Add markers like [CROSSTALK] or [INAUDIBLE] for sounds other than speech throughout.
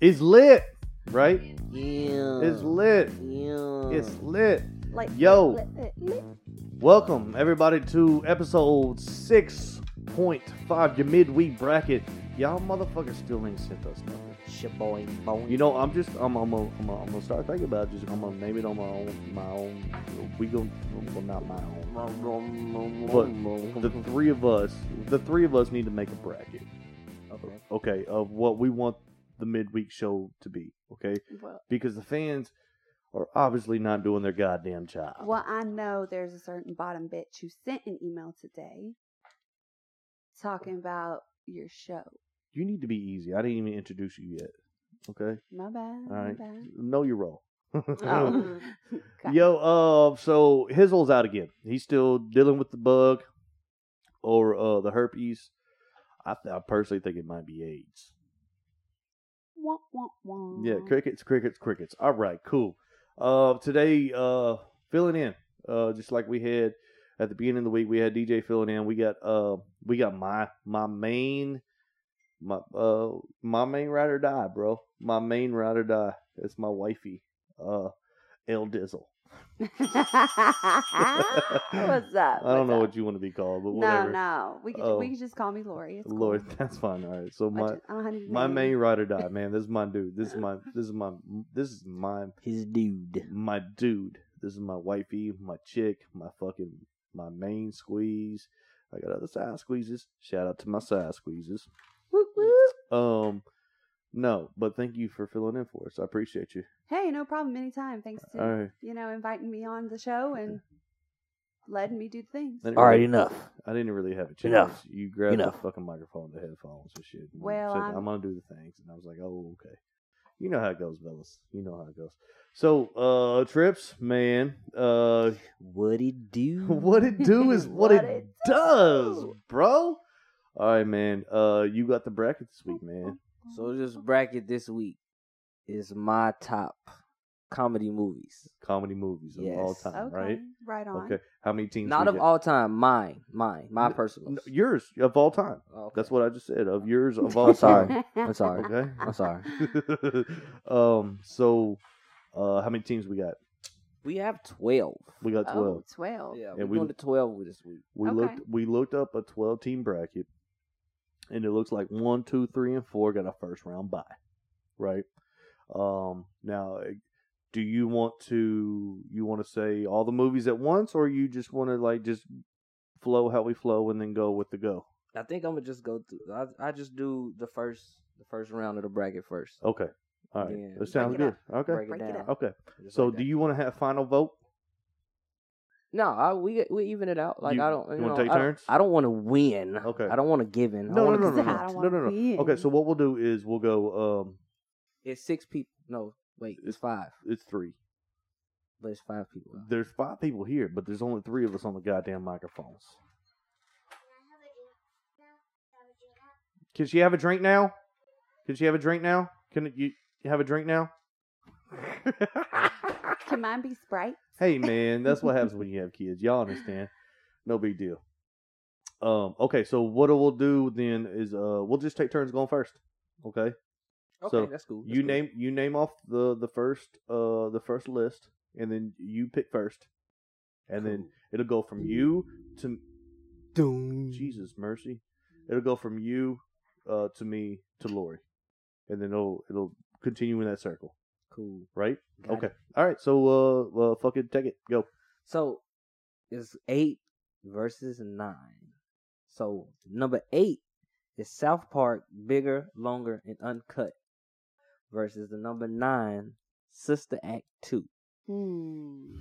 It's lit, right? Yeah. It's lit. yeah. It's lit. Like Yo. li- li- li- Welcome everybody to episode six point five, your midweek bracket. Y'all motherfuckers still ain't sent us nothing. It's your boy Bone. You know, I'm just, I'm, I'm, gonna- I'm, gonna- I'm gonna start thinking about it. just, I'm gonna name it on my own, my own. We gonna, well, not my own. But The [LAUGHS] three of us, the three of us need to make a bracket. Okay. Okay, of what we want the midweek show to be. Okay, Well, because the fans are obviously not doing their goddamn job. well, I know there's a certain bottom bitch who sent an email today talking about your show. You need to be easy. I didn't even introduce you yet. Okay, My bad. all my right. bad. Know your role. [LAUGHS] Oh. [LAUGHS] God. Yo, uh, so Hizzle's out again. He's still dealing with the bug or uh the herpes. I, th- I personally think it might be AIDS. Wah, wah, wah. Yeah, crickets, crickets, crickets. All right, cool. Uh, today, uh, filling in, uh, just like we had at the beginning of the week, we had DJ filling in. We got uh, we got my my main, my uh, my main ride or die, bro. My main ride or die. It's my wifey, uh, El Dizzle. [LAUGHS] [LAUGHS] Ah, What's up? [LAUGHS] I don't know What's what you want to be called, but up? whatever. No, no. We could Oh. we could just call me Lori. It's cool. Lord, [LAUGHS] that's fine. All right. So I my just- I don't have any my name. main ride or die, man. This is my dude. This is my this is my this is my His dude. my dude. This is my wifey, my chick, my fucking my main squeeze. I got other side squeezes. Shout out to my side squeezes. Woot, woot. Um, no, but thank you for filling in for us. I appreciate you. Hey, no problem. Anytime. Thanks to All right. you know inviting me on the show and letting me do the things. Let it All right, rip. enough. I didn't really have a chance. Enough. You grabbed the Enough. fucking microphone, the headphones, and shit. and Well, said, I'm- I'm gonna do the things, and I was like, oh, okay. You know how it goes, fellas. You know how it goes. So, uh, trips, man. Uh, What he do? [LAUGHS] what it do is what, it, What it does, do. bro. All right, man. Uh, you got the bracket this week, man. So this bracket this week is my top comedy movies. Comedy movies of all Yes. time, okay. right? Right on. Okay. How many teams? Not we of got? all time. Mine. Mine. My N- personal. N- Yours of all time. That's what I just said. Of yours of all [LAUGHS] time. sorry. I'm sorry. Okay. [LAUGHS] I'm sorry. um. So, uh, how many teams we got? We have twelve. We got twelve. Oh, 12. Yeah, And we're we- going to twelve with this week. We Okay. looked we looked up a twelve team bracket, and it looks like one, two, three, and four got a first round bye, right? Um, now, do you want to you want to say all the movies at once, or you just want to like just flow how we flow and then go with the go? I think I'm gonna just go through. I I just do the first the first round of the bracket first. Okay, all right, Yeah. that sounds Break it good. Okay, Break, Break it it down. up. okay. Just So, like do that. you want to have final vote? No, I, we we even it out. Like You- I don't. You, you wanna know, take I don't- turns? I don't want to win. Okay. I don't want to give in. No, I no, wanna no, no, no, I compete. don't no, wanna no, be no. Okay, in. so what we'll do is we'll go. Um, It's six people. No, wait, it's five. it's three. But it's five people. There's five people here, but there's only three of us on the goddamn microphones. Can she have a drink now? Can she have a drink now? Can you you have a drink now? [LAUGHS] Can mine be Sprite? hey man, that's what happens when you have kids. Y'all understand? No big deal. Um. Okay. So what we'll do then is uh we'll just take turns going first. Okay. Okay, So, that's cool. that's You cool. name you name off the the first uh the first list, and then you pick first, and then it'll go from Mm-hmm. you to Doom. Jesus mercy. It'll go from you uh, to me to Lori, and then it'll it'll continue in that circle, Cool. right? Got okay. it. All right. So uh, uh, fucking take it. Go. So it's eight versus nine. So number eight is South Park, bigger, longer, and uncut, versus the number nine, Sister Act two. Hmm.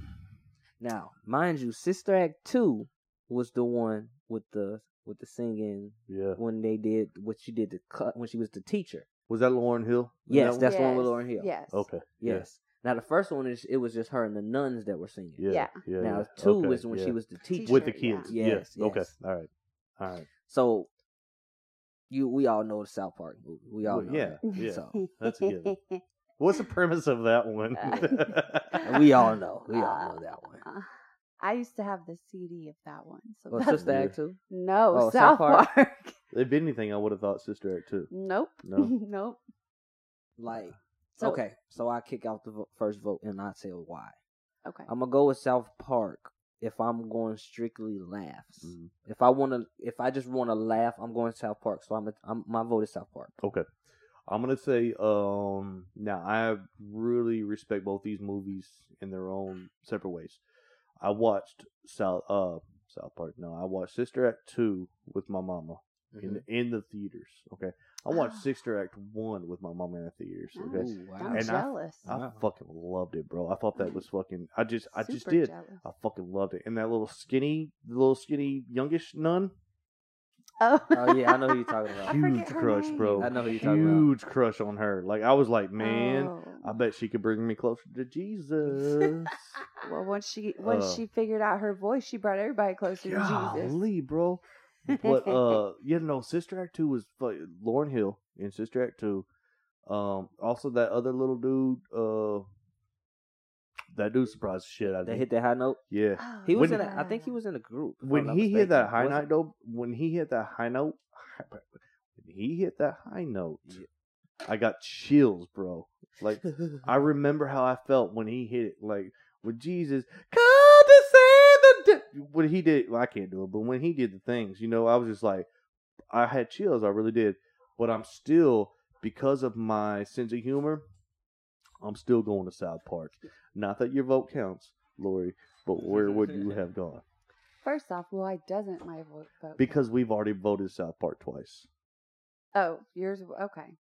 Now, mind you, Sister Act two was the one with the with the singing Yeah. when they did what she did to cut when she was the teacher. Was that Lauren Hill? in Yes, that that's the one with Lauryn Hill. Yes. one? okay. Yeah. Yes. Now the first one is it was just her and the nuns that were singing. Yeah. Yeah. Yeah. yeah Now two Okay, is when yeah. she was the teacher. with the Sure, yeah. kids. Yes, yeah. Okay. yes. All right. All right. So you we all know the South Park movie. We all Well, know yeah. that. Yeah. So [LAUGHS] that's a given. What's the premise of that one? [LAUGHS] Uh, we all know. We all know that [LAUGHS] one. Uh, I used to have the CD of that one. So Well, that's, Sister Act two. [LAUGHS] no, oh, South South Park? Park. [LAUGHS] if anything, I would have thought Sister Act too. nope. No? nope. Like, So, okay, so I kick out the vo- first vote and I tell why. Okay. I'm gonna go with South Park if I'm going strictly laughs. Mm, If I wanna, if I just wanna laugh, I'm going South Park. So I'm, a, I'm my vote is South Park. Okay. I'm gonna say um now I really respect both these movies in their own separate ways. I watched South uh South Park. No, I watched Sister Act two with my mama in Mm-hmm. the, in the theaters. Okay, I watched Ah. Sister Act one with my mama in the theaters. Okay, Nice. Ooh, wow. I'm And I- jealous. I Wow. fucking loved it, bro. I thought that was fucking. I just I just Super did. jealous. I fucking loved it. And that little skinny, little skinny youngish nun, Oh. oh yeah, I know who you're talking [LAUGHS] I about. huge forget her crush, bro. I know who you're talking about. Oh, Huge crush on her. Like I was like, man, Oh. I bet she could bring me closer to [LAUGHS] Jesus. Well, once she once Oh. Uh, she figured out her voice, she brought everybody closer to Jesus. Golly, bro. But [LAUGHS] uh, you know, Sister Act Two was fu- Lauren Hill in Sister Act Two. Um, also that other little dude. Uh, that dude surprised the shit out of They me. hit that high note. yeah. Oh, He was When- in. A, I think he was in a group. if I'm When not he hit that mistaken. high Was note, it- though, when he hit that high note, [LAUGHS] when he hit that high note, Yeah. I got chills, bro. Like I remember how I felt when he hit it. Like when Jesus come to save the day. When he did, well, I can't do it, but when he did the things, you know, I was just like, I had chills. I really did. But I'm still, because of my sense of humor, I'm still going to South Park. Not that your vote counts, Lori, but where would you have gone? First off, why doesn't my vo- vote? count? Because we've already voted South Park twice. oh, yours. Okay.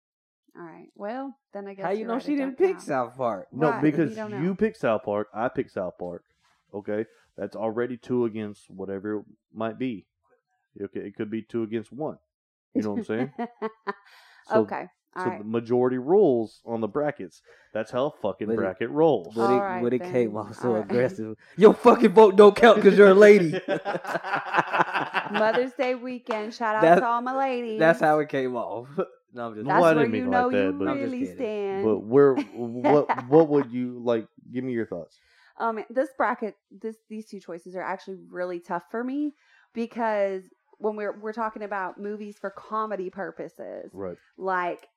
All right. Well, then I guess. how you you're know right, she it didn't don't pick count. South Park? No, Why? because You don't you, know. picked South Park. I picked South Park. Okay, that's already two against whatever it might be. Okay, it could be two against one. You know what I'm [LAUGHS] saying? So, okay. So All right. the majority rules on the brackets. That's how fucking But it- bracket rolls. But it, Alright but it then. came out so Alright. aggressive. Your fucking vote don't count [LAUGHS] [LAUGHS] because you're a lady. Mother's Day weekend. Shout out That's- to all my ladies. That's how it came off. [LAUGHS] No, I'm just. That's That's Well, I where didn't mean you it know like you that, but- I'm just really kidding. stand. But where [LAUGHS] what what would you like? Give me your thoughts. Um, this bracket, this these two choices are actually really tough for me because when we're we're talking about movies for comedy purposes, Right. like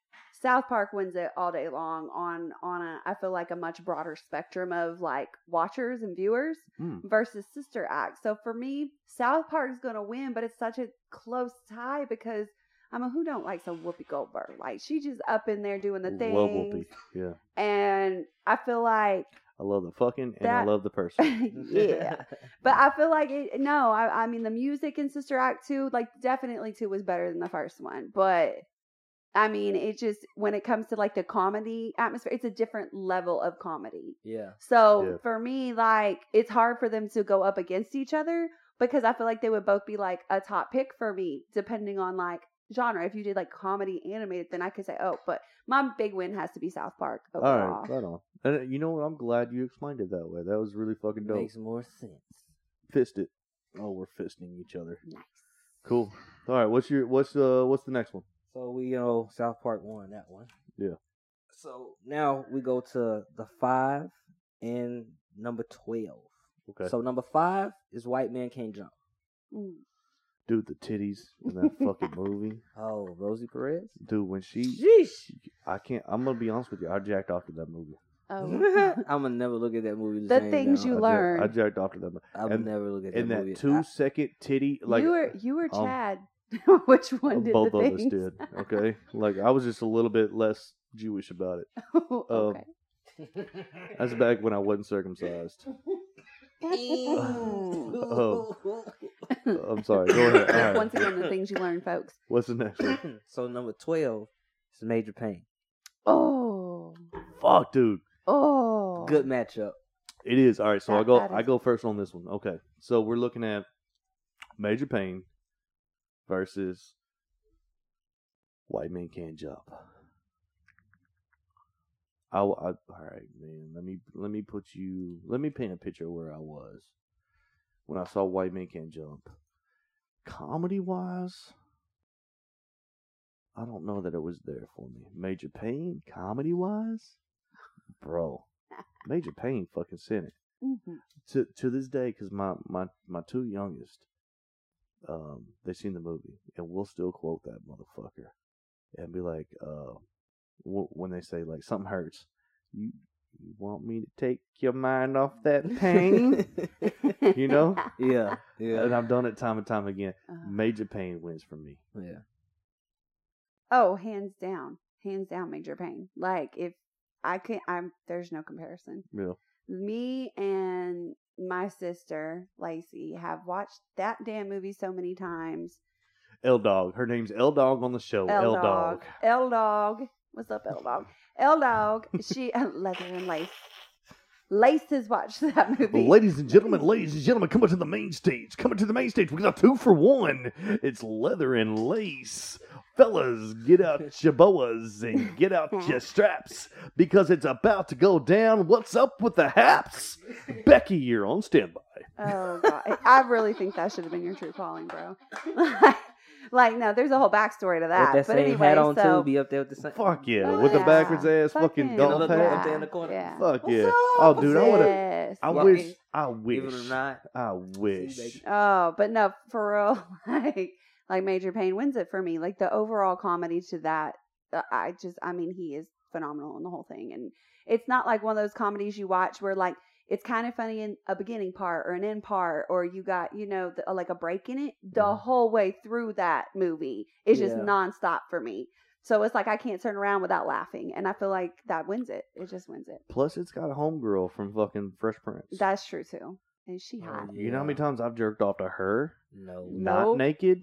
South Park wins it all day long on on a I feel like a much broader spectrum of like watchers and viewers Mm. versus Sister Act. So for me, South Park is going to win, but it's such a close tie because I mean, who don't like some Whoopi Goldberg? Like she just up in there doing the thing. Love Whoopi. Yeah, And I feel like I love the fucking and I That- [LAUGHS] love the person. [LAUGHS] yeah. But I feel like it, no, I, I mean the music in Sister Act two, like definitely two was better than the first one. But I mean, it just when it comes to like the comedy atmosphere, it's a different level of comedy. yeah. So Yeah. for me, like it's hard for them to go up against each other because I feel like they would both be like a top pick for me, depending on like genre. If you did like comedy animated, then I could say, oh, but my big win has to be South Park All overall. right, right on. And uh, you know what? I'm glad you explained it that way. That was really fucking dope. Makes more sense. Fist it. Oh, we're fisting each other. Nice. Cool. All right. What's your what's uh what's the next one? So we know South Park won that one. Yeah. So now we go to the five and number twelve. Okay. So number five is White Man Can't Jump. Mm. Dude, the titties in [LAUGHS] that fucking movie. Oh, Rosie Perez. Dude, when she, [LAUGHS] Sheesh. [LAUGHS] I can't. I'm gonna be honest with you. I jacked off to that movie. [LAUGHS] Oh. [LAUGHS] I'm gonna never look at that movie. The same things I now. you ja- learn. I jacked off to that. movie. I would and- never look at In that that movie. two I- second titty, like you were you were um, Chad. [LAUGHS] Which one did both the of things? us [LAUGHS] did. Okay. like I was just a little bit less Jewish about it. Um, okay. That's back when I wasn't circumcised. [LAUGHS] [LAUGHS] [LAUGHS] Oh. I'm sorry. uh, Go ahead. All Once right. again, the things you learn, folks. What's the next one? so number twelve is Major Pain. Oh, Fuck, dude. oh, Good matchup. It is. All right, so I That- go that I is- go first on this one. Okay. So we're looking at Major Pain versus White Man Can't Jump. I, w- I- all right, man. Let me let me put you let me paint a picture of where I was when I saw White Man Can't Jump. Comedy wise, I don't know that it was there for me. Major Pain, comedy wise, bro. Major Pain fucking sent it Mhm. to to this day because my my my two youngest um they seen the movie and we'll still quote that motherfucker and be like uh w- when they say like something hurts, you, you want me to take your mind off that [LAUGHS] pain? You know? yeah, And yeah, I've done it time and time again. Uh, Major pain wins for me. yeah. Oh, hands down, hands down, major pain. Like if I can't, I'm there's no comparison. Real. Me and my sister Lacey have watched that damn movie so many times. L Dog. Her name's L Dog on the show. L Dog. L dog. What's up, L dog? L dog. She [LAUGHS] leather and lace. Lace has watched [LAUGHS] that movie. Ladies and gentlemen, ladies and gentlemen, coming to the main stage. Coming to the main stage. We got a two for one. It's leather and lace. Fellas, get out your boas and get out your straps because it's about to go down. What's up with the haps? Becky, you're on standby. Oh god, I really think that should have been your true calling, bro. [LAUGHS] like, no, there's a whole backstory With to that. that Ah, but same anyway, hat on so too, be up there with the same. Fuck yeah. Oh, With the yeah. backwards ass fucking Fucking golf Another hat. up there in the corner. Yeah. Fuck What's yeah. up? Oh, dude, I would have. Yes. I Yeah. wish. I Even or wish. not, I wish. baby. Oh, but no, for real, [LAUGHS] like, like Major Payne wins it for me. Like the overall comedy to that, uh, I just, I mean, he is phenomenal in the whole thing, and it's not like one of those comedies you watch where like it's kind of funny in a beginning part or an end part, or you got you know the, like a break in it. The Mhm. whole way through that movie is just Yeah. nonstop for me. So it's like I can't turn around without laughing, and I feel like that wins it. It just wins it. Plus, it's got a homegirl from fucking Fresh Prince. That's true too. And she Oh, hot. you know how yeah. many times I've jerked off to her? No. Not Nope. naked.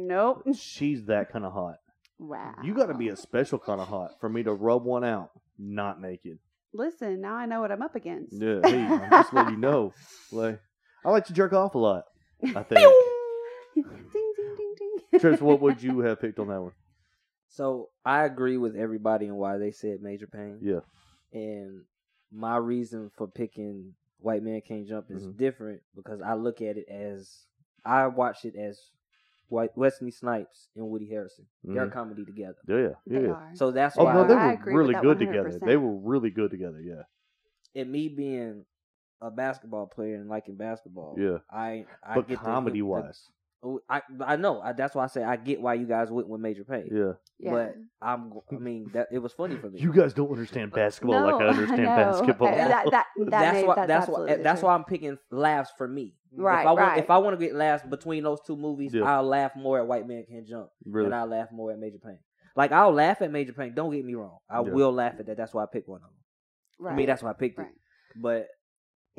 Nope. She's that kind of hot. Wow. You got to be a special kind of hot for me to rub one out not naked. Listen, now I know what I'm up against. Yeah, hey, I'm just letting you [LAUGHS] know. Like, I like to jerk off a lot. I think. ding ding ding ding. Trips, what would you have picked on that one? So I agree with everybody and why they said major pain. Yeah. And my reason for picking White Man Can't Jump is Mhm. different because I look at it as I watch it as White Wesley Snipes and Woody Harrison. They're Mhm. a comedy together. Yeah, yeah, [LAUGHS] They yeah. are. So that's Oh why no, they I were agree with really that good together. 100%. They were really good together. Yeah, and me being a basketball player and liking basketball. yeah. I I But get the- comedy the- wise, Oh, I I know. I, that's why I say I get why you guys went with Major Pay. yeah. Yeah. But I'm I mean that it was [LAUGHS] funny for me. You guys don't understand basketball [LAUGHS] like I understand know. basketball. Uh, That, that, that that's made- why that's, that's, why absolutely that's true. why I'm picking laughs for me. Right, if I right. want if I want to get laughs between those two movies, Yeah. I'll laugh more at White Man Can Jump [LAUGHS] really. than I'll laugh more at Major Pain. Like I'll laugh at Major Pain. Don't get me wrong. I Yeah. will laugh at that. That's why I picked one of them. right. I mean that's why I picked [LAUGHS] Right. it. But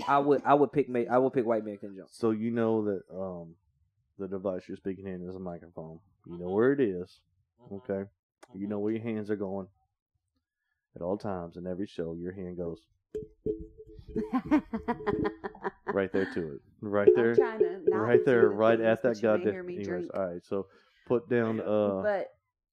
I would I would pick Ma- I would pick White Man Can Jump. So you know that um, the device you're speaking in is a microphone. You Mm-hmm. know where it is. Okay. You know where your hands are going. At all times, in every show, your hand goes [LAUGHS] right there to it. [LAUGHS] Right there. I'm trying to not Right there, do the right things, at but that you may goddamn. hear me Anyways, drink. all right. So put down. Uh, But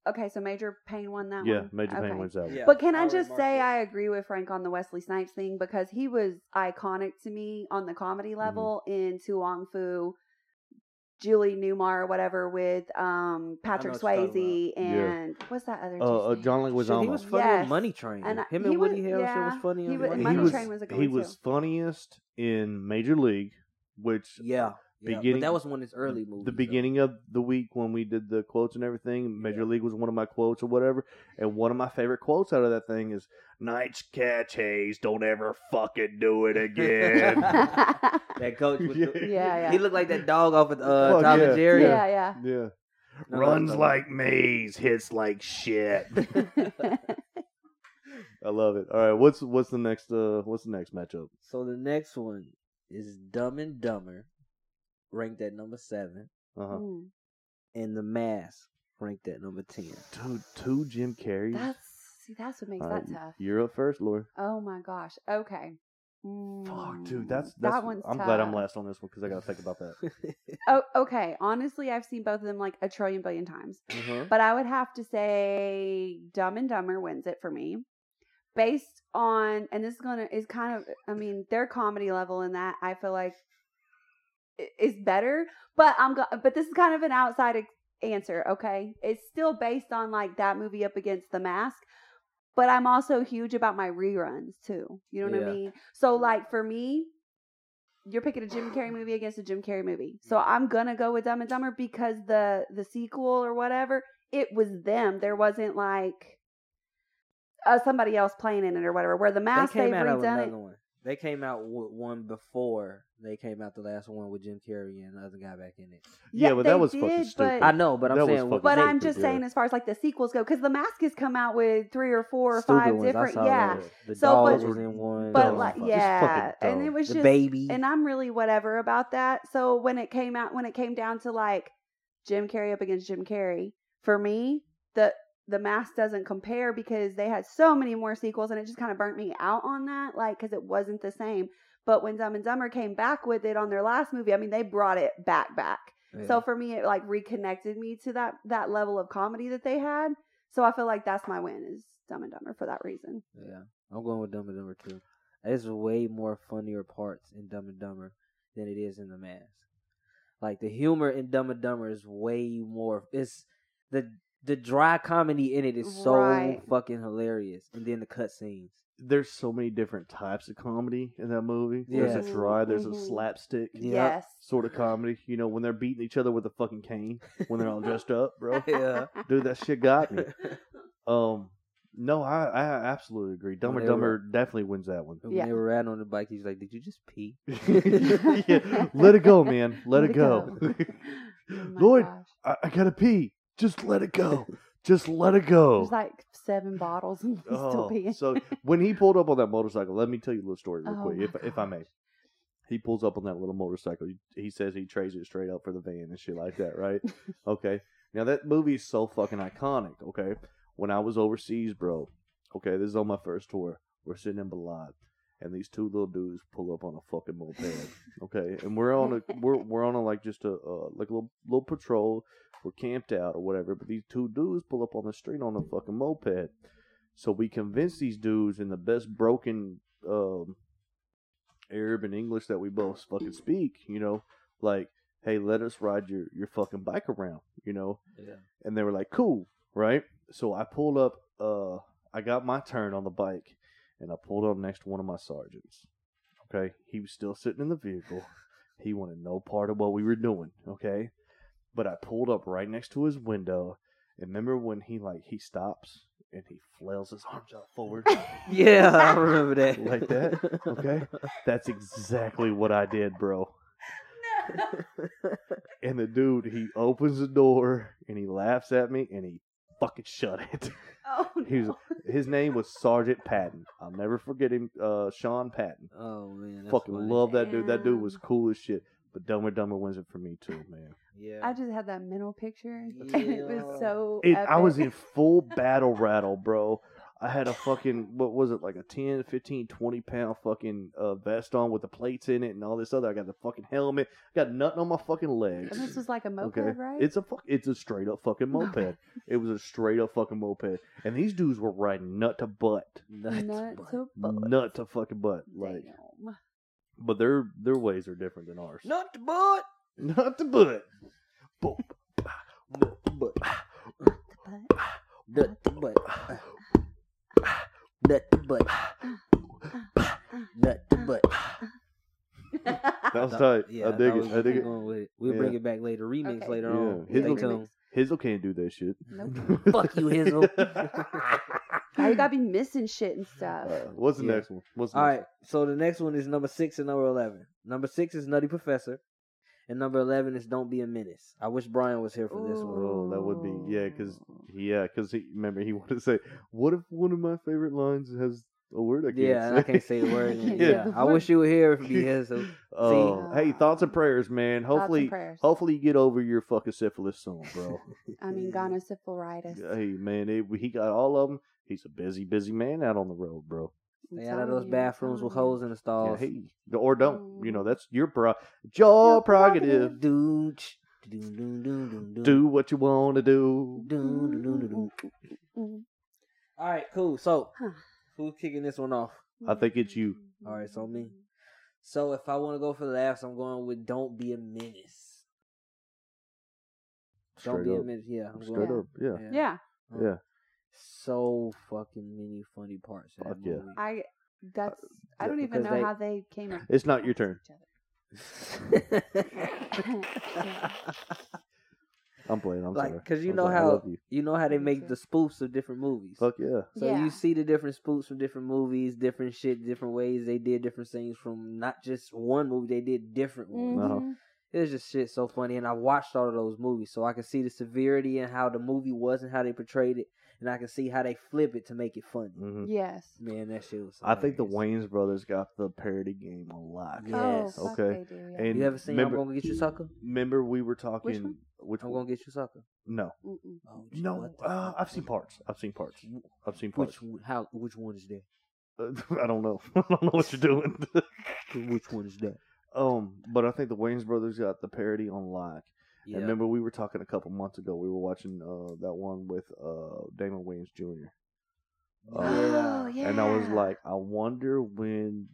okay, so Major Payne won that yeah, one. Major okay. Pain wins that one. Yeah. But can I I'll just remark say it. I agree with Frank on the Wesley Snipes thing because he was iconic to me on the comedy Mm-hmm. level in Tu Wong Fu, Julie Newmar, or whatever, with um, Patrick what you're Swayze talking about. Yeah. and what's that other? Uh, uh, dude's name? [LAUGHS] John Leguizamo. Shit, he was funny on Yes. Money Train. And I- Him he and was- Woody Harrelson yeah. was funny He on was- Money he Money was, Train was a good he one, was too. funniest in Major League, which Yeah. yeah. Beginning- but that was one of his early movies. the though. beginning of the week when we did the quotes and everything, Major Yeah. League was one of my quotes or whatever. And one of my favorite quotes out of that thing is "Nights catch haze, don't ever fucking do it [LAUGHS] [LAUGHS] again." yeah, That [LAUGHS] coach with Yeah. the, yeah. He looked like that dog off of uh, Fuck Tom yeah. and Jerry. yeah, yeah. yeah, No, runs no, no. like maze, hits like [LAUGHS] shit. [LAUGHS] That's I love it. All right, what's what's the next uh what's the next matchup? [LAUGHS] So the next one is Dumb and Dumber, ranked at number seven, Uh-huh. Mm, and The Mask, ranked at number ten. Dude, two Jim Carrey. see, that's what makes All that right, tough. Uh, You're up first, Lori. Oh my gosh. Okay. Fuck, Mm, dude, that's, that's that one's. I'm glad I'm tough. last on this one because I got to think about [LAUGHS] that. Oh, okay. Honestly, I've seen both of them like a trillion billion times. Uh-huh. Mhm. But I would have to say Dumb and Dumber wins it for me. Based on and this is gonna is kind of I mean, their comedy level in that I feel like i- is better. But I'm go- but this is kind of an outside ex- answer, okay? It's still based on like that movie up against the mask. But I'm also huge about my reruns too. You know what I Yeah. mean? So like for me, you're picking a Jim Carrey movie against a Jim Carrey movie. So I'm gonna go with Dumb and Dumber because the the sequel or whatever, it was them. There wasn't like uh, somebody else playing in it or whatever. Where the mask they they came have out with redone another it. one. They came out with one before they came out the last one with Jim Carrey and the other guy back in it. Yeah, but that they was fucking stupid. I know, but I'm That was saying, fucking But They- I'm just yeah. saying, as far as like the sequels go, because the mask has come out with three or four or Stupid five ones, I different, saw yeah. those. The So, but- dog was in one. But Dumb. like, Just yeah, fucking and dumb. it was the just, baby. and I'm really whatever about that. So when it came out, when it came down to like Jim Carrey up against Jim Carrey, for me, the the mask doesn't compare because they had so many more sequels, and it just kind of burnt me out on that, like because it wasn't the same. But when Dumb and Dumber came back with it on their last movie, I mean, they brought it back back. Yeah. So for me, it like reconnected me to that that level of comedy that they had. So I feel like that's my win is Dumb and Dumber for that reason. Yeah, I'm going with Dumb and Dumber too. There's way more funnier parts in Dumb and Dumber than it is in The Mask. Like the humor in Dumb and Dumber is way more. It's the the dry comedy in it is so Right. fucking hilarious, and then the cutscenes. There's so many different types of comedy in that movie. There's Yes. a dry, there's a Mhm. slapstick Yeah. Yes. sort of comedy. You know, when they're beating each other with a fucking cane when [LAUGHS] they're all dressed up, bro. [LAUGHS] Yeah. Dude, that shit got me. Um, no, I, I absolutely agree. Dumber Whatever. Dumber definitely wins that one. When Yeah. they were riding on the bike, he's like, "Did you just pee?" [LAUGHS] [LAUGHS] yeah, [LAUGHS] let it go, man. Let, it go. [LAUGHS] Oh my Lloyd, gosh. I, I gotta pee. Just let it go. Just let it go. There's like seven bottles and [LAUGHS] he's still peeing. Oh, so when he pulled up on that motorcycle, let me tell you a little story real Oh quick, my if if I may. gosh. He pulls up on that little motorcycle. He, he says he trades it straight up for the van and shit like that, [LAUGHS] right? okay. Now that movie is so fucking iconic. Okay. When I was overseas, bro. Okay, this is on my first tour. We're sitting in Balad, and these two little dudes pull up on a fucking moped. Okay, and we're on a we're we're on a like just a uh, like a little little patrol. We're camped out or whatever. But these two dudes pull up on the street on a fucking moped. So we convince these dudes in the best broken um, Arab and English that we both fucking speak. You know, like, hey, let us ride your your fucking bike around. You know, Yeah. and they were like, cool, right? So I pulled up, uh, I got my turn on the bike, and I pulled up next to one of my sergeants. Okay, he was still sitting in the vehicle. He wanted no part of what we were doing. Okay, but I pulled up right next to his window. And remember when he like he stops and he flails his [LAUGHS] arms out forward. Yeah, I remember that. [LAUGHS] Like that? Okay. That's exactly what I did, bro. And the dude, he opens the door and he laughs at me and he fucking shut it. oh, no. He was, his name was Sergeant Patton. I'll never forget him, uh, Sean Patton. [LAUGHS] Oh man, that's fucking funny. love that dude. That dude was Damn. cool as shit. But Dumber and Dumber wins it for me too, man. Yeah. I just had that mental picture. [LAUGHS] and it was Yeah. so. It, I was in epic. [LAUGHS] full battle rattle, bro. I had a fucking, what was it, like a 10, 15, 20 pound fucking uh, vest on with the plates in it and all this other. I got the fucking helmet. I got nothing on my fucking legs. [LAUGHS] And this was like a moped, right? It's a fuck. It's a straight up fucking moped. Moped. It was a straight up fucking moped, and these dudes were riding nut to butt, Nuts, [LAUGHS] Nuts but- to butt. nut to fucking butt. Like, Damn. but their their ways are different than ours. Not the butt. Nut to butt. Boop. Boop. Boop. But- Nut the butt. Nut the butt. Nut the butt. [LAUGHS] That was tight. I dig it. I dig it. Going with it. We'll bring it back later. Remix Okay. later Yeah. on. [LAUGHS] His [LAUGHS] Stay little- tuned. Hizzle can't do that shit. [LAUGHS] Nope. [LAUGHS] Fuck you, Hizzle. Now you gotta be missing shit Uh, and stuff. Alright, what's the Yeah. next one? What's the All next right. So the next one is number six and number eleven. Number six is Nutty Professor, and number eleven is Don't Be a Menace. I wish Brian was here for this one. Oh, that would be- yeah, 'cause- one? Yeah, because he remember he wanted to say, "What if one of my favorite lines has a word I can't Yeah, say?" and I [LAUGHS] can't say the word. I can't yeah. say the I word. wish you were here for Hizzle. Oh, See? hey, thoughts and prayers, man. Thoughts and Hopefully, prayers. hopefully you get over your fucking syphilis soon, [LAUGHS] bro. I mean, gonosyphilitis. hey, man, it, he got all of them. He's a busy, busy man out on the road, bro. I'm Stay out of telling those you, I'm bathrooms with telling you. holes in the Yeah, stalls. Oh, hey, or don't. You know, Mm. that's your pro, your, Your prerogative. prerogative. Dooch. Doo-doo-doo-doo-doo. Do what you want to do. Doo-doo-doo-doo-doo. Mm. All right, cool. So, Huh. who's kicking this one off? I think it's you. Mm-hmm. All right, so me. So, if I want to go for the laughs, I'm going with "Don't Be a Menace." Don't Straight be a up. menace. Yeah, I'm Straight going. up. Yeah. Yeah, Uh, Yeah. So fucking many funny parts. in Fuck that yeah. movie. I. That's. I don't even because know they- how they came. up- It's not your turn. [LAUGHS] [LAUGHS] Yeah. I'm playing. I'm Like, sorry. cause you I'm know sorry. I how- love you. You know how they Me make too. the spoofs of different movies. Fuck yeah. So Yeah. you see the different spoofs from different movies, different shit, different ways they did different things from not just one movie. They did different ones. Uh-huh. Mhm. It was just shit so funny, and I watched all of those movies, so I could see the severity and how the movie was and how they portrayed it, and I could see how they flip it to make it funny. hmm Yes. Man, that shit was. I think the hilarious. Wayne's brothers got the parody game a lot. Yeah. Yes. Oh, fuck Okay. They do, yeah. And You ever seen remember, I'm gonna get you sucker? remember we were talking which one? I'm gonna get you sucker. no. Mm-mm. Oh, No, what the uh, fuck? I've seen parts. I've seen parts. I've seen parts. [LAUGHS] Which one- how? Which one's that? Uh, I don't know. [LAUGHS] I don't know what you're doing. [LAUGHS] Which one's that? um, but I think the Wayne's brothers got the parody on lock. Yeah. And remember, we were talking a couple months ago. We were watching uh, that one with uh, Damon Wayans Jr. uh, Yeah. Oh, yeah. And I was like, I wonder when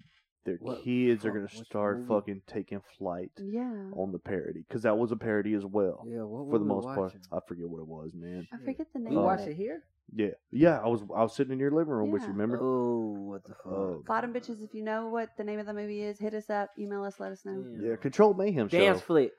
their What- kids are fuck, gonna which start movie? fucking taking flight yeah. on the parody because that was a parody as well. Yeah, what For were the we most watching? part, I forget what it was, man. I Shit. forget the name. We Oh. watched of it it. here. Yeah, yeah. I was I was sitting in your living room with you. Yeah. Remember? Oh, what the Oh, fuck! Bottom bitches. If you know what the name of the movie is, hit us up. Email us. Let us know. Damn. yeah, Control Mayhem Dance show flick.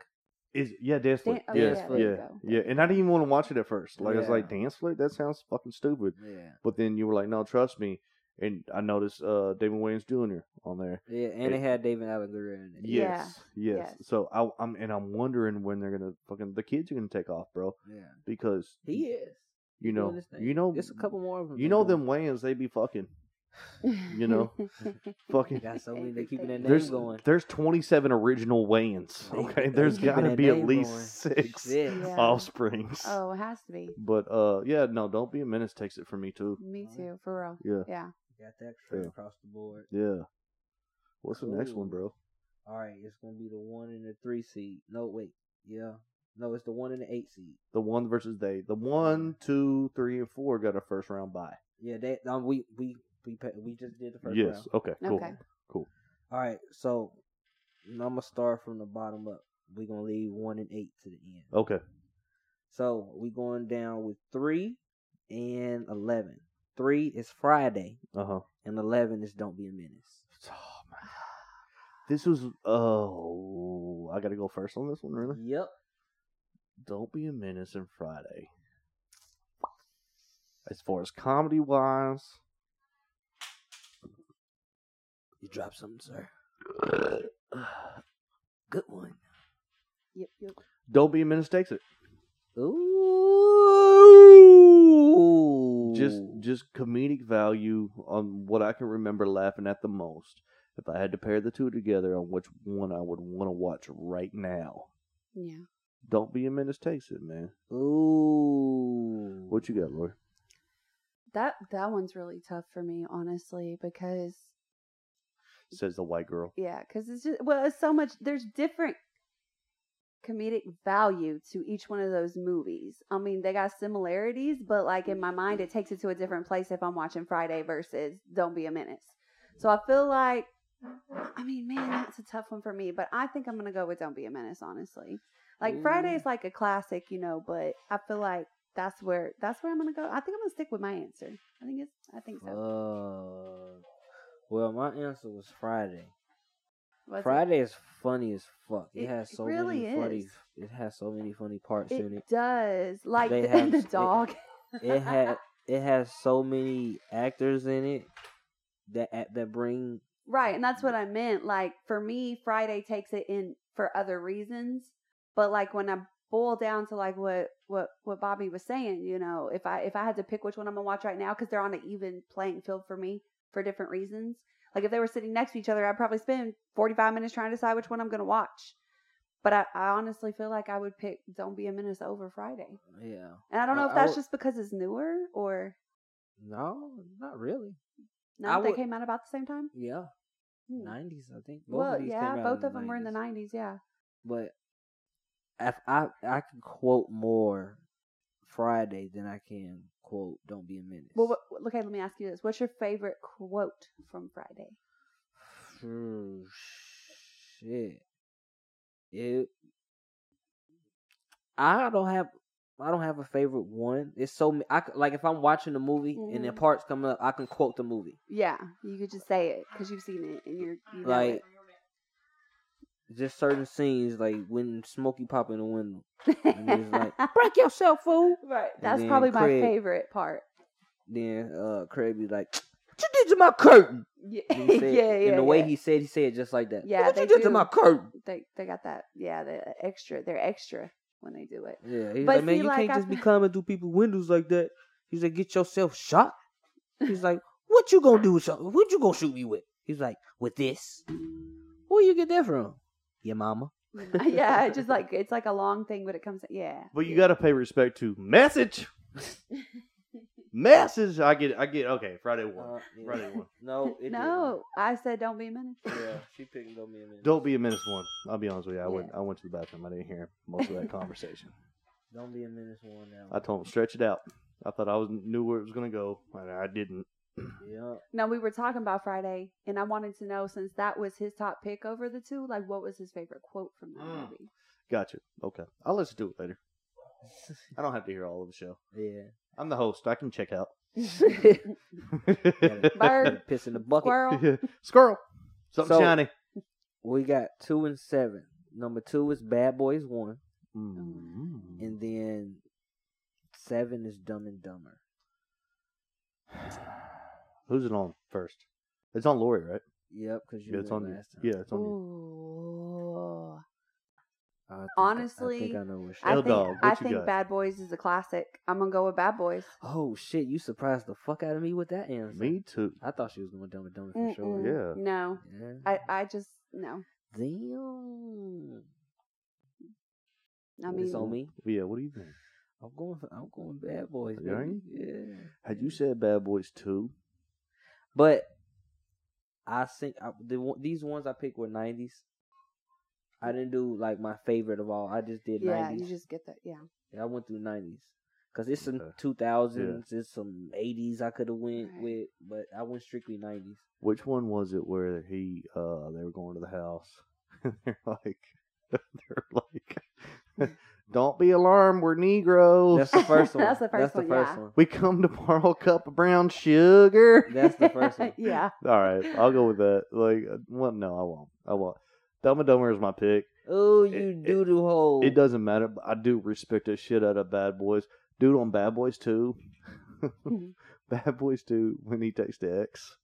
is yeah dance Dan- flip. oh, yeah, yeah, yeah, there yeah, you go. And I didn't even want to watch it at first. Like I was Yeah. like, dance flip. That sounds fucking stupid. Yeah, But then you were like, no, trust me. And I noticed uh, David Williams Jr. on there. yeah, and they had David Allegretti in it. Yeah. Yes, yes. yes. So I, I'm and I'm wondering when they're gonna fucking the kids are gonna take off, bro. Yeah, Because he is. you doing know, his thing. you know, There's a couple more of them. you know them Wayans. They be fucking, you know, [LAUGHS] [LAUGHS] fucking. Got so many. They keeping their name There's going. there's 27 original Wayans. They- Okay, they there's keeping got to that be at name least going. six Shit. Yeah. offsprings. oh, it has to be. But uh, yeah, no, don't be a menace. Takes it from me too. Me Alright. too, for real. Yeah, Yeah. Got that straight Yeah. across the board. yeah. What's the next one, Cool. bro? All right, it's gonna be the one and the three seed. No, wait. Yeah, no, it's the one and the eight seed. The one versus they. The one, two, three, and four got a first round bye. Yeah, that um, we we we pa- we just did the first yes. round. Okay. Cool. Okay. All right, so I'm gonna start from the bottom up. We're gonna leave one and eight to the end. Okay. So we going down with three and eleven. Three is Friday, Uh huh. and eleven is Don't Be a Menace. This was oh, I gotta go first on this one, really. Yep. Don't be a menace and Friday. As far as comedy wise, You dropped something, sir. Good one. Yep, yep. don't be a menace takes it. Ooh. Just just comedic value on what I can remember laughing at the most. If I had to pair the two together, on which one I would want to watch right now. Yeah. Don't be a menace takes it, man. Ooh. What you got, Lori? That that one's really tough for me, honestly, because Says the white girl. yeah, because it's just well, it's so much. There's different comedic value to each one of those movies. I mean, they got similarities, but like in my mind, it takes it to a different place if I'm watching Friday versus Don't Be a Menace. So I feel like, I mean, man, that's a tough one for me. But I think I'm gonna go with Don't Be a Menace, honestly. Like Ooh. Friday's like a classic, you know, but I feel like that's where that's where I'm gonna go. I think I'm gonna stick with my answer. I think it's I think so. Uh, well, my answer was Friday. What's it? Friday is funny as fuck. It, It- has it so really many funny. is. It has so many funny parts in [LAUGHS] It it. does. Like They the, [LAUGHS] have the s- it- dog. It had. It has so many actors in it that act- that bring. [LAUGHS] Right, and that's what I meant. Like for me, Friday takes it in for other reasons, but like when I boil down to like what what what Bobby was saying, you know, if I if I had to pick which one I'm gonna watch right now because they're on an even playing field for me for different reasons. Like if they were sitting next to each other, I'd probably spend 45 minutes trying to decide which one I'm gonna watch. But I, I honestly feel like I would pick "Don't Be a Menace" over Friday, Yeah. and I don't know Well, if I that's would- just because it's newer or No, not really. I no, they would- came out about the same time. Yeah, Hmm. nineties. I think. Both Well, of these yeah, came out both of them were in the 90s. 90s. Yeah. but if I I can quote more Friday than I can quote Don't Be a Menace. Well, what, what- okay, let me ask you this. What's your favorite quote from Friday? Hmm, shit. It. I don't have. I don't have a favorite one. It's so ma- I c- like if I'm watching a movie and the Mhm. parts coming up, I can quote the movie. Yeah, you could just say it because you've seen it and you're you know Like, it. just certain scenes like when Smokey pop in the window. And he's [LAUGHS] like, Break yourself, fool. right. That's then probably my Craig- favorite part. Then uh Craig be like, What you did to my curtain? Yeah, And he [LAUGHS] yeah, said- yeah. And the way yeah. he said he said it just like that. Yeah, What you they did to do. my curtain? they they got that. Yeah, the extra. They're extra when they [LAUGHS] do it. Yeah, he's But like, man, see, you like, can't I just be feel- climbing through people's windows like that. He's like, get yourself shot. He's like, what you gonna do with something? What you gonna shoot me with? He's like, with this. Where you get that from? Your mama. yeah, it's just like it's like a long thing, but it comes. Yeah, But you got to pay respect to message. message. I get. I get. Okay, Friday Uh, one. Friday one. No, it no, I said don't be a menace. Yeah, she picked up me a minute. Don't be a menace one. I'll be honest with you. I Yeah. went. I went to the bathroom. I didn't hear most of that conversation. Don't be a menace one now. I told him stretch it out. I thought I was knew where it was gonna go, and I didn't. yeah. No, we were talking about Friday, and I wanted to know since that was his top pick over the two, like what was his favorite quote from that Mm. [LAUGHS] movie? Gotcha. Okay, I'll listen to it later. I don't have to hear all of the show. [LAUGHS] yeah. I'm the host. I can check out. [LAUGHS] Bird. Piss in the bucket. Squirrel. Squirrel. Something So- shiny. We got two and seven. Number two is Bad Boys One, Mm. and then seven is Dumb and Dumber. Who's it on first? It's on Lori, right? Yep, because you Yeah, it's went on you. last time. Yeah, it's on you. Ooh. I think- Honestly, I think I know what she- I think, L-Dog, what I you think got? Bad Boys is a classic. I'm gonna go with Bad Boys. oh shit, you surprised the fuck out of me with that answer. Me too. I thought she was going dumb and dumber for Mm-mm. sure. yeah. No, Yeah. I, I just no. Damn. I it's on mean, me. Yeah. What do you think? I'm going. For, I'm going bad boys. You baby. ain't? Yeah. Had you said Bad Boys Two? But I think I, the, one- these ones I picked were '90s. I didn't do like my favorite of all. I just did yeah, '90s. you just get that. Yeah, Yeah, I went through '90s because it's some Okay. 2000s. It's some '80s I could have went Right. with, but I went strictly '90s. Which one was it where he uh they were going to the house [LAUGHS] and they're like [LAUGHS] they're like [LAUGHS] Don't be alarmed, we're Negroes. [LAUGHS] That's the [LAUGHS] first one. That's the first one, yeah. one. we come to borrow a cup of brown sugar. [LAUGHS] That's the [LAUGHS] first one. yeah, All right, I'll go with that. Like, uh, well, no, I won't. I won't. Dumb and Dumber is my pick. Oh, It- you it- doodle hole. It doesn't matter. But I do respect the shit out of Bad Boys. Dude on Bad Boys Two. [LAUGHS] Bad Boys Two when he takes the X.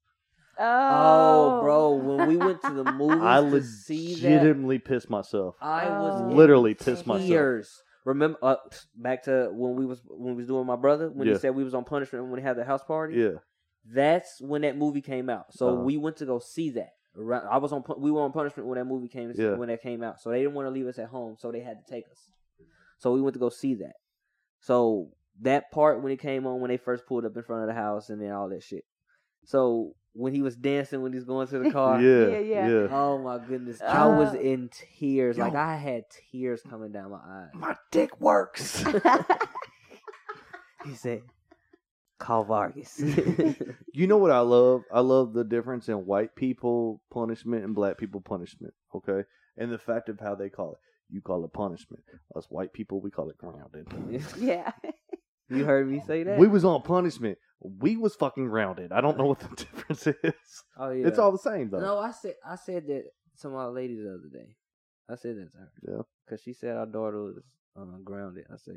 Oh, Oh, bro, when we went to [LAUGHS] the movies I to see that, legitimately pissed myself. I was Oh. in Literally pissed myself. tears. Remember, uh, back to when we was when we was doing my brother when Yeah. he said we was on punishment when we had the house party. Yeah. That's when that movie came out. So Uh-huh. we went to go see that. Around, I was on. pu- We were on punishment when that movie came. Yeah. When that came out, so they didn't want to leave us at home, so they had to take us. So we went to go see that. So that part when it came on, when they first pulled up in front of the house, and then all that shit. So when he was dancing, when he's going to [LAUGHS] the car, Yeah. Yeah, yeah. yeah. Oh my goodness. I was Uh, in tears. Like yo. I had tears coming down my eyes. My dick works. He said, Call Vargas. [LAUGHS] you know what I love? I love the difference in white people punishment and black people punishment. Okay, and the fact of how they call it. You call it punishment. Us white people, we call it grounded. yeah. [LAUGHS] you heard me say that? we was on punishment. We was fucking grounded. I don't know what the [LAUGHS] difference is. oh yeah. It's all the same though. No, I said I said that to my lady the other day. I said that to her. Yeah. [LAUGHS] Cause she said our daughter was uh, grounded. I said,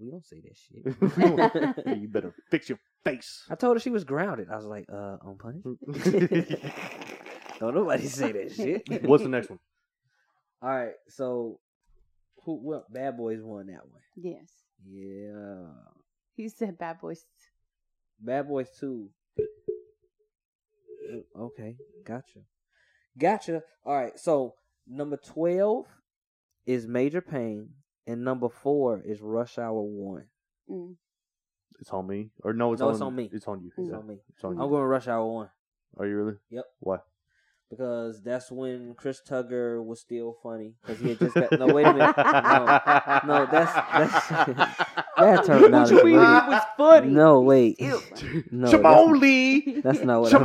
We don't say that [LAUGHS] Hey, shit. you better fix your face. I told her she was grounded. I was like, uh, on punch? [LAUGHS] Don't nobody say that [LAUGHS] shit. What's the next one? All right, so who well bad boys won that one. Yes, Yeah. he said Bad Boys. Bad Boys 2. Mm, Okay, gotcha. Gotcha. All right, so number 12 is Major Pain, and number 4 is Rush Hour 1. Mm. It's on me, or no? It's, No, on, it's on me. It's on you. It's Yeah, on me. It's on I'm you. going Rush Hour 1 Are you really? Yep. [LAUGHS] Why? because that's when Chris Tugger was still funny. Because he had just got. No, wait a minute. No, No, [LAUGHS] that's- that's- [LAUGHS] that turned What out you to be. mean it was funny? No, wait. Ew. No, that's, Chamoli. [LAUGHS] that's not what I mean.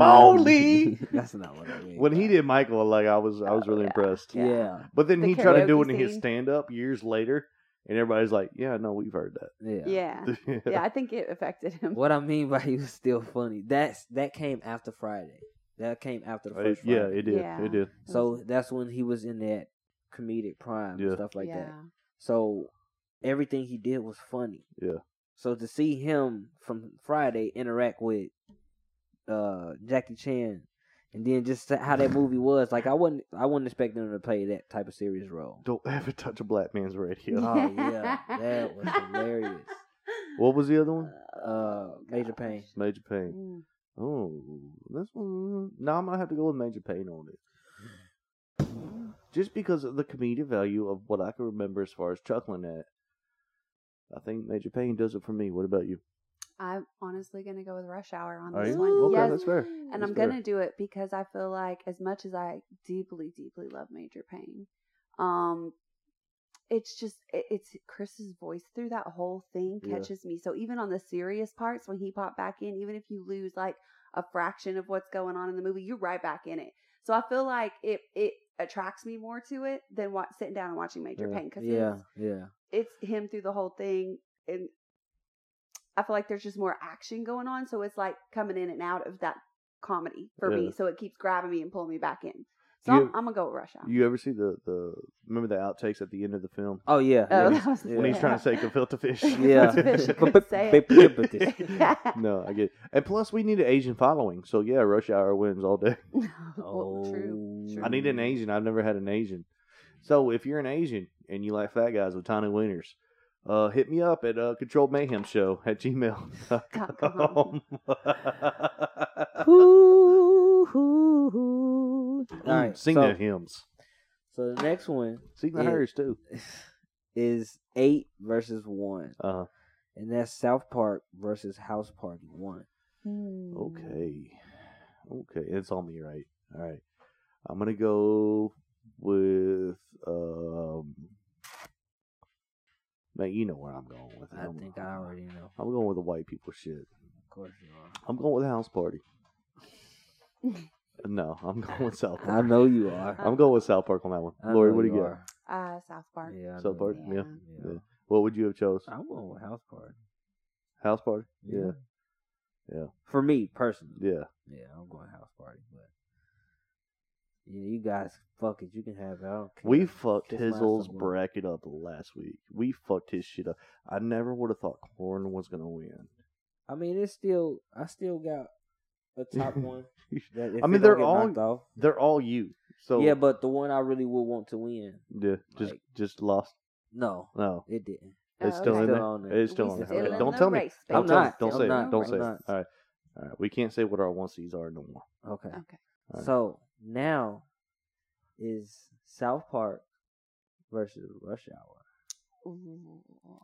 Chamoli. [LAUGHS] That's not Uh, what I mean. When he did Michael, like I was, I was really impressed. Yeah. Yeah. But then The he tried to do it karaoke in his scene. stand up years later, and everybody's like, "Yeah, no, we've heard [LAUGHS] Yeah. Yeah, that." [LAUGHS] yeah. I think it affected him. What I mean by [LAUGHS] he was still funny. That's that came after Friday. That came after the Uh, It- first Friday. yeah, it did. Yeah. It did. So that's when he was in that comedic prime Yeah. and stuff like that. So everything he did was funny. Yeah. So to see him from Friday interact with uh Jackie Chan and then just to- how [LAUGHS] that movie was, like I wouldn't I wouldn't expect him to play that type of serious [LAUGHS] role. Don't ever touch a black man's radio. Oh yeah. That was [LAUGHS] hilarious. What was the other one? Uh Major Payne. Major Pain. Mm. Oh, this one. No, I'm gonna have to go with Major Pain on it. Just because of the comedic value of what I can remember as far as chuckling at, I think Major Pain does it for me. What about you? I'm honestly gonna go with Rush Hour on Are this you? one. Okay, yes, that's fair. and Mm. that's I'm fair. gonna do it because I feel like as much as I deeply, deeply love Major Pain, um, it's just it, it's Chris's voice through that whole thing Yeah. catches me. So even on the serious parts, when he popped back in, even if you lose like a fraction of what's going on in the movie, you're right back in it. So I feel like it it attracts me more to it than what sitting down and watching Major Yeah. Pain because Yeah, yeah. it's him through the whole thing and i feel like there's just more action going on so it's like coming in and out of that comedy for Yeah. me so it keeps grabbing me and pulling me back in Do so I'm, you- I'm gonna go with rush hour You ever see the the remember the outtakes at the end of the film Oh yeah. yeah. oh that was When when [LAUGHS] he's trying to say gefilte fish? [LAUGHS] Yeah. Fish But- couldn't say but- it. but- but this- no, I get. It. And plus, we need an Asian following. So yeah, Rush Hour wins all day. [LAUGHS] [LAUGHS] Well, true I need Mm. an Asian. I've never had an Asian. So if you're an Asian and you like fat guys with tiny wieners, uh, hit me up at uh, Controlled Mayhem Show at Oh. [LAUGHS] [LAUGHS] gmail.com. Uh-huh. [LAUGHS] [LAUGHS] Hoo, hoo, hoo. All right, Sing so, the hymns. So the next one [LAUGHS] Sing the Yeah. hers too. is eight versus one, Uh, and that's South Park versus House Party one. Hmm. okay. Okay. It's on me, right? All right. I'm going to go with. Um, man, you know where I'm going with it. I I'm- think I already know. I'm going with the white people shit. Of course you I'm going with House [LAUGHS] Party. no, I'm going with South are. I Park. know you are. I'm going with South Park on that one. I Lori, know what do you you got? are. uh south park Yeah, I South know Park? you Yeah. are. yeah. What would you have chose? I'm going with House Party. House Party? Yeah. Yeah. For me personally. Yeah. Yeah, I'm going house party, but yeah, you guys, fuck it, you can have it. I don't care. We fucked Just find Hizzle's someone. bracket up last week. We fucked his shit up. I never would have thought Corn was gonna win. I mean, it's still, I still got [LAUGHS] a top one. That if I mean, it don't they're get all- knocked off- They're all you. So yeah, but the one I really would want to win. yeah, just like- just lost. No, No, it didn't. it's Oh, still okay. in Still there. on there. It's still We on there. still Okay, in Don't the tell me. race, Don't baby. tell I'm me. not. Don't I'm say it. not. Don't I'm say it. All not. right, all right. We can't say what our one seeds are no more. Okay, okay Alright. so now is South Park versus Rush Hour. Ooh.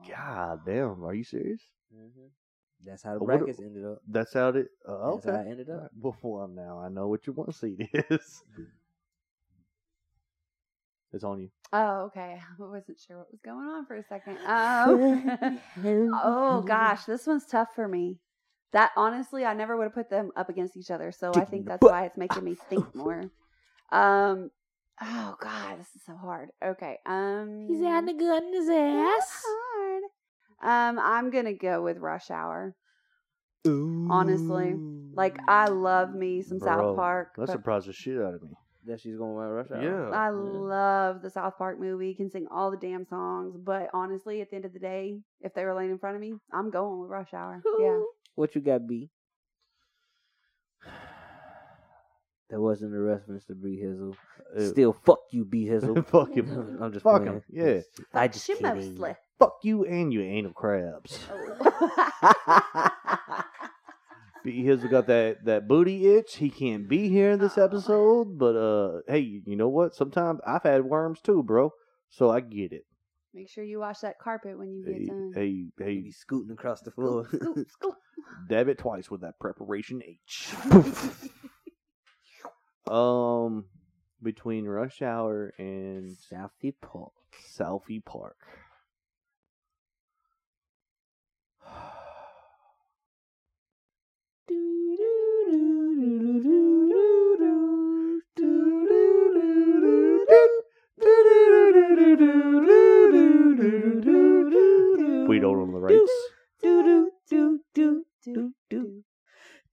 God damn, are you serious? Mm-hmm. That's how the But what- brackets ended up. That's how it. Uh, That's how okay. I ended up. Before now, I know what your one [LAUGHS] seed is. It's on you. oh okay [LAUGHS] i wasn't sure what was going on for a second um [LAUGHS] Oh Mm-hmm. gosh, this one's tough for me. That honestly, I never would have put them up against each other, so Kick I me in think the that's butt. why it's making me [LAUGHS] think more. Um, oh god, this is so hard. Okay, um, gun in his That's hard. Um, I'm gonna go with Rush Hour. Honestly, Like I love me some Bro, South Park. That but surprised the shit out of me. that she's going to Rush Hour. Yeah. I love the South Park movie. Can sing all the damn songs, but honestly, at the end of the day, if they were laying in front of me, I'm going with Rush Hour. [LAUGHS] Yeah. What you got, B? [SIGHS] That wasn't a reference to B Hizzle. Ew. Still, fuck you, B Hizzle. [LAUGHS] Fuck him. [LAUGHS] I'm just Fuck playing. him. Yeah. I just She kidding. mostly. [LAUGHS] Fuck you and you anal [LAUGHS] crabs. Oh. B Hizzle got that, that booty itch. He can't be here in this Oh. episode, but uh, hey, you know what? Sometimes I've had worms too, bro. So I get it. Make sure you wash that carpet when you get Hey, done. hey, You hey, be scooting across the floor. [LAUGHS] [LAUGHS] Scoop, scoop. dab it twice with that preparation [LAUGHS] H. um, between rush hour and Southie Park. Southie Park. We [LAUGHS] don't own the rights. Do do do do do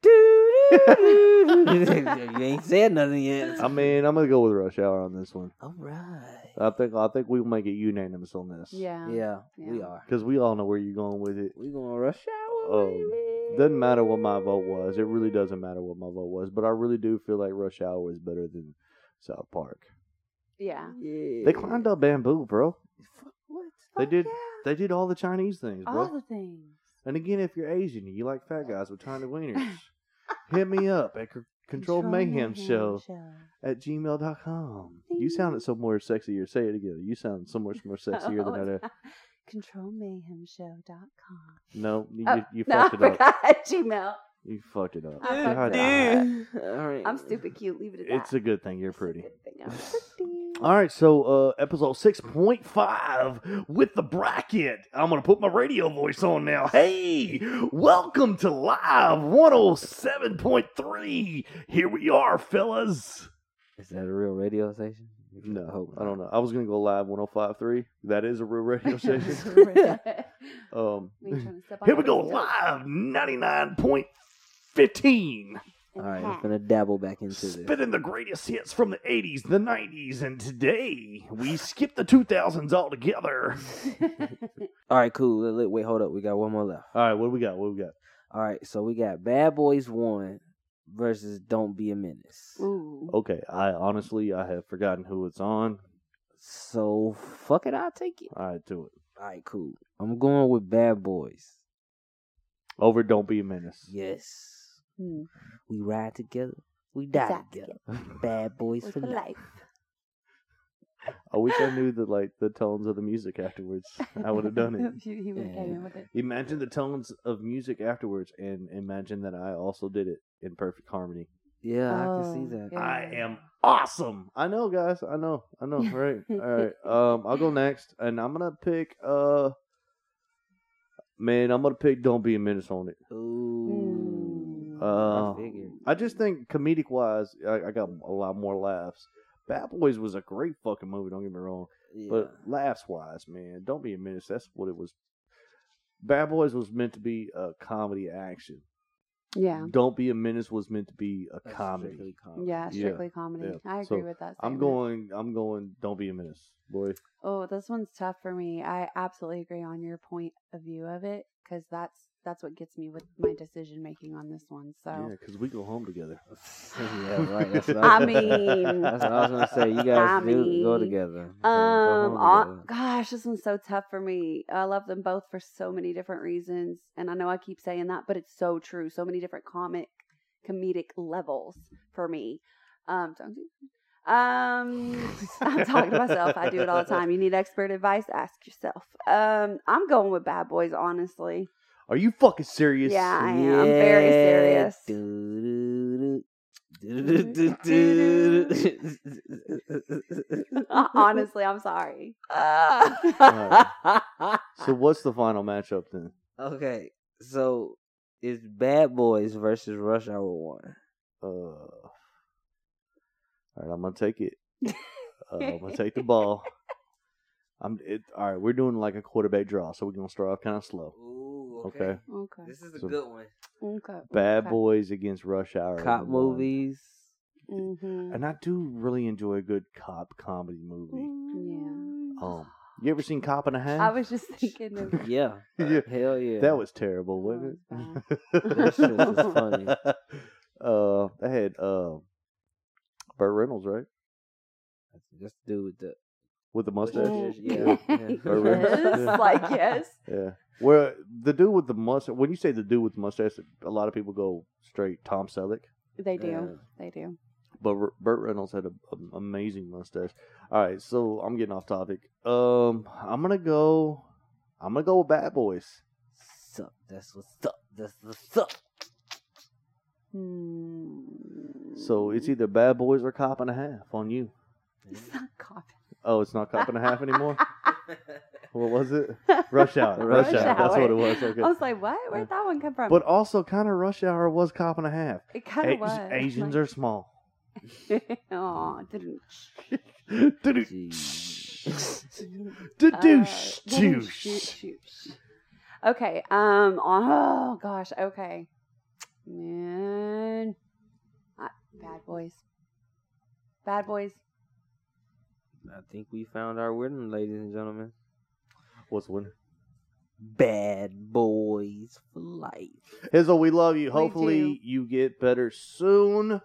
do. you ain't said nothing yet. I mean, I'm gonna go with rush hour on this one. All right. I think I think we'll make it unanimous on this. Yeah. yeah, we Yeah. are. Because we all know where you're going with it. We gonna rush hour. Oh, baby. Doesn't matter what my vote was. It really doesn't matter what my vote was. But I really do feel like Rush Hour is better than South Park. Yeah. Yeah. They climbed up bamboo, bro. Fuck, What? They Fuck did. yeah. They did all the Chinese things, bro. all the things. and again, if you're Asian, you like fat guys with tiny [LAUGHS] wieners. hit me up at Control, Controlled Mayhem, Show at gmail.com. You sounded somewhere sexier. Say it again. You sound somewhere [LAUGHS] more sexier Oh, than I do. it's ControlMayhemShow.com. [LAUGHS] No, you, Oh, you, you No, I fucked it up. forgot [LAUGHS] Gmail. You fucked it up. Oh, I fucked God it damn up. All right. [LAUGHS] I'm stupid cute. Leave it at that. It's a good thing you're It's a pretty. [LAUGHS] good [LAUGHS] thing I'm pretty. [LAUGHS] All right, so uh, episode six point five with the bracket. I'm gonna put my radio voice on now. Hey, welcome to live 107.3. Here we are, fellas. Is that a real radio station? No, hope I don't know. I was gonna go live 105.3. That is a real [LAUGHS] radio station. [LAUGHS] [LAUGHS] um, We ain't trying to step on here we nobody's go toes. live 99.15. In All right, the I'm hat. gonna dabble back into this. Spinning the greatest hits from the 80s, the 90s, and today. We skip the 2000s altogether. [LAUGHS] All right, cool. Let- let- Wait, hold up. We got one more left. All right, what do we got? What do we got? All right, so we got Bad Boys One versus Don't Be a Menace. [LAUGHS] Ooh. Okay, I honestly I have forgotten who it's on. So fuck it, I'll take it. All right, do it. All right, cool. I'm going with Bad Boys. Over Don't Be a Menace. [LAUGHS] Yes, Hmm. we ride together, we die Exact- together. Bad Boys With for the life. life. I wish I knew the like the tones of the music afterwards. I would have done it. [LAUGHS] he would have came in with it. Imagine the tones of music afterwards and imagine that I also did it in perfect harmony. Yeah, I can Oh, see that. yeah. I am awesome. I know, guys. I know. I know. Right. All right. [LAUGHS] Um, I'll go next, and I'm gonna pick. Uh, man, I'm gonna pick. Don't be a menace on it. Mm. Ooh, Uh, I figured. I just think comedic wise, I, I got a lot more laughs. Bad Boys was a great fucking movie. Don't get me wrong, Yeah. but laughs wise, man, don't be a menace. That's what it was. Bad Boys was meant to be a comedy action. Yeah. Don't be a menace was meant to be a That's comedy. strictly comedy. Yeah, strictly comedy. yeah. I agree So, with that. I'm statement. going. I'm going. Don't be a menace, boy. Oh, this one's tough for me. I absolutely agree on your point of view of it because that's that's what gets me with my decision making on this one. Yeah, So because we go home [LAUGHS] together. [LAUGHS] [LAUGHS] yeah, right. [LAUGHS] That's what I was- mean- that's what I was gonna [LAUGHS] say. You guys I do go mean, together. um, go aw- home together. gosh, this one's so tough for me. I love them both for so many different reasons, and I know I keep saying that, but it's so true. So many different comic, comedic levels for me. Um, don't do. Um, [LAUGHS] I'm talking to myself. I do it all the time. You need expert advice? Ask yourself. Um, I'm going with Bad Boys, honestly. Are you fucking serious? Yeah, I am. I'm very serious. [LAUGHS] Uh, [LAUGHS] [LAUGHS] Honestly, I'm sorry. Ah. So what's the final matchup then? okay, so it's Bad Boys versus Rush Hour One. Uh, all right, I'm gonna take it. Uh, I'm gonna take the [LAUGHS] ball. I'm it, all right. We're doing like a quarterback draw, so we're gonna start off kind of slow. Ooh, Okay. [LAUGHS] Okay. This is a So- good one. Okay. Bad okay. Boys against Rush Hour. Cop number one. movies. Mhm. And I do really enjoy a good cop comedy movie. Yeah. Um, you ever seen Cop and a Half? Mm. I was just thinking [LAUGHS] [LAUGHS] of Yeah. Yeah. Hell yeah. That was terrible, wasn't That was it? [LAUGHS] That shit was funny. Uh, that had uh, Burt Reynolds, right, Just do with the with the mustache. Yeah. [LAUGHS] Mm. [LAUGHS] Yeah. yes, like yes. Yeah. Well, the dude with the mustache. When you say the dude with the mustache, a lot of people go straight Tom Selleck, They do. Yeah. They do. but R- Burt Reynolds had an amazing mustache. All right, so I'm getting off topic. Um, I'm gonna go. I'm gonna go with Bad Boys. suck. That's what's up. That's what's [LAUGHS] up. Hmm. So it's e either Bad Boys or Cop and a Half on you. [LAUGHS] It's not cop. Oh, it's not Cop and a [LAUGHS] Half anymore. What was it? Rush [LAUGHS] Hour. Rush, Rush hour. That's Hour. what it was. Okay. I was like, what? Where'd that one come from? But also, kind of Rush Hour was Cop and a Half. it kind of As- was. Asians are [LAUGHS] small. like, are. Aw, didn't. Doo-doo. [LAUGHS] Jeez. Uh, Doo-douche. didn't shoot, [LAUGHS] Douche. shoot, shoot. Okay. Um. Oh gosh. Okay. Man. I, Bad Boys. Bad Boys. I think we found our winner, ladies and gentlemen. What's winning? Bad boys for life. Hizzle, we love you. We Hopefully do. you get better soon.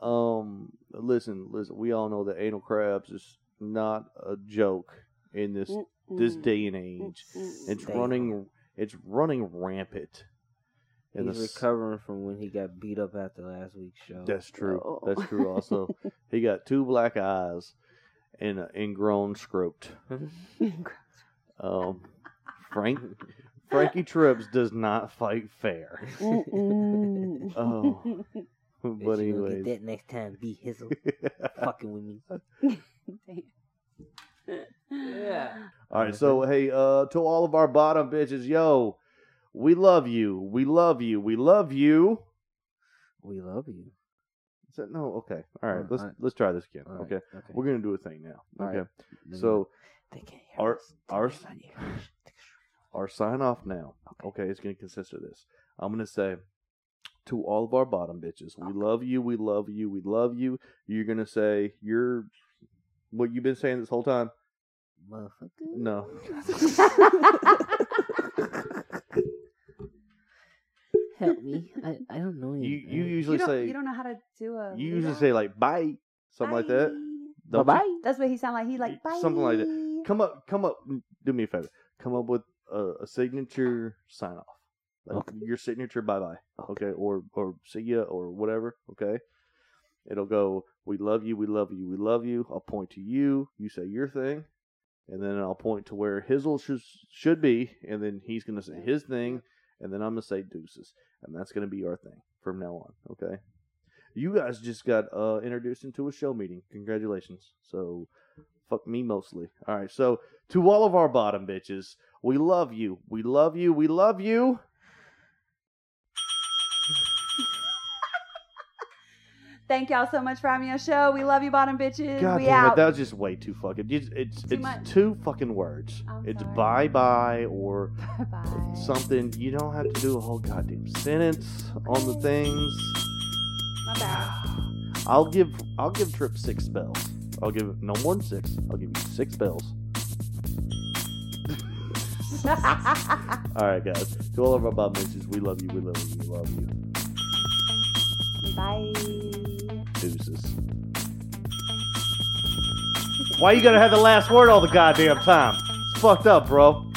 Um, listen, listen. We all know that anal crabs is not a joke in this this Mm, day and age. mm, It's Damn. running. It's running rampant. in He's the s- recovering from when he got beat up after last week's show. [LAUGHS] [LAUGHS] That's true. Oh. That's true. Also, he got two black eyes and an ingrown scrote. mm. Um, Frank Frankie Trips does not fight fair. [LAUGHS] [LAUGHS] Mm-mm. [LAUGHS] Oh. but Bet you gonna anyways, get that next time. Be hizzle [LAUGHS] fucking with me. Yeah. all right. Uh-huh. So hey, uh, to all of our bottom bitches, yo, we love you. We love you. We love you. We love you. Is that- no, okay. All right. Uh, Let's I- let's try this again. All right, Okay. We're gonna do a thing now. All okay. right. Let me- So They can't hear our- us. our- They can't hear [LAUGHS] us. our sign off now. Okay. Okay, it's gonna consist of this. I'm gonna say to all of our bottom bitches, we love you, we love you, we love you. You're gonna say you're what you've been saying this whole time. Motherfucker. No. [LAUGHS] [LAUGHS] Help me. I, I don't know You anything. you usually you, don't, say you you, don't know how to do a. usually say like bye, something like that. Bye Don't you? bye. That's what he sounded like. He like bye. Something like that. Come up, come up. mm, Do me a favor. Come up with a, a signature sign off, like Okay. your signature bye bye. Okay, or or see ya or whatever. Okay, it'll go. We love you. We love you. We love you. I'll point to you. You say your thing, and then I'll point to where hizzle should should be, and then he's gonna say his thing, and then I'm gonna say deuces, and that's gonna be our thing from now on. Okay. You guys just got uh, introduced into a show meeting. Congratulations. So, fuck me mostly. All right. So, to all of our bottom bitches, we love you. We love you. We love you. Thank y'all so much for having me on the show. We love you, bottom bitches. God we damn out. it, that was just way too fucking. It's it's, Too it's much. two fucking words. I'm it's sorry. bye bye or Bye. something. You don't have to do a whole goddamn sentence on the things. My bad. I'll give I'll give Trip six bells. I'll give no more than six. I'll give you six [LAUGHS] bells. [LAUGHS] All right, guys. To all of our bottom bitches, we love you. We love you. We love you. Bye. Deuces. Why you gotta have the last word all the goddamn time? It's fucked up, bro.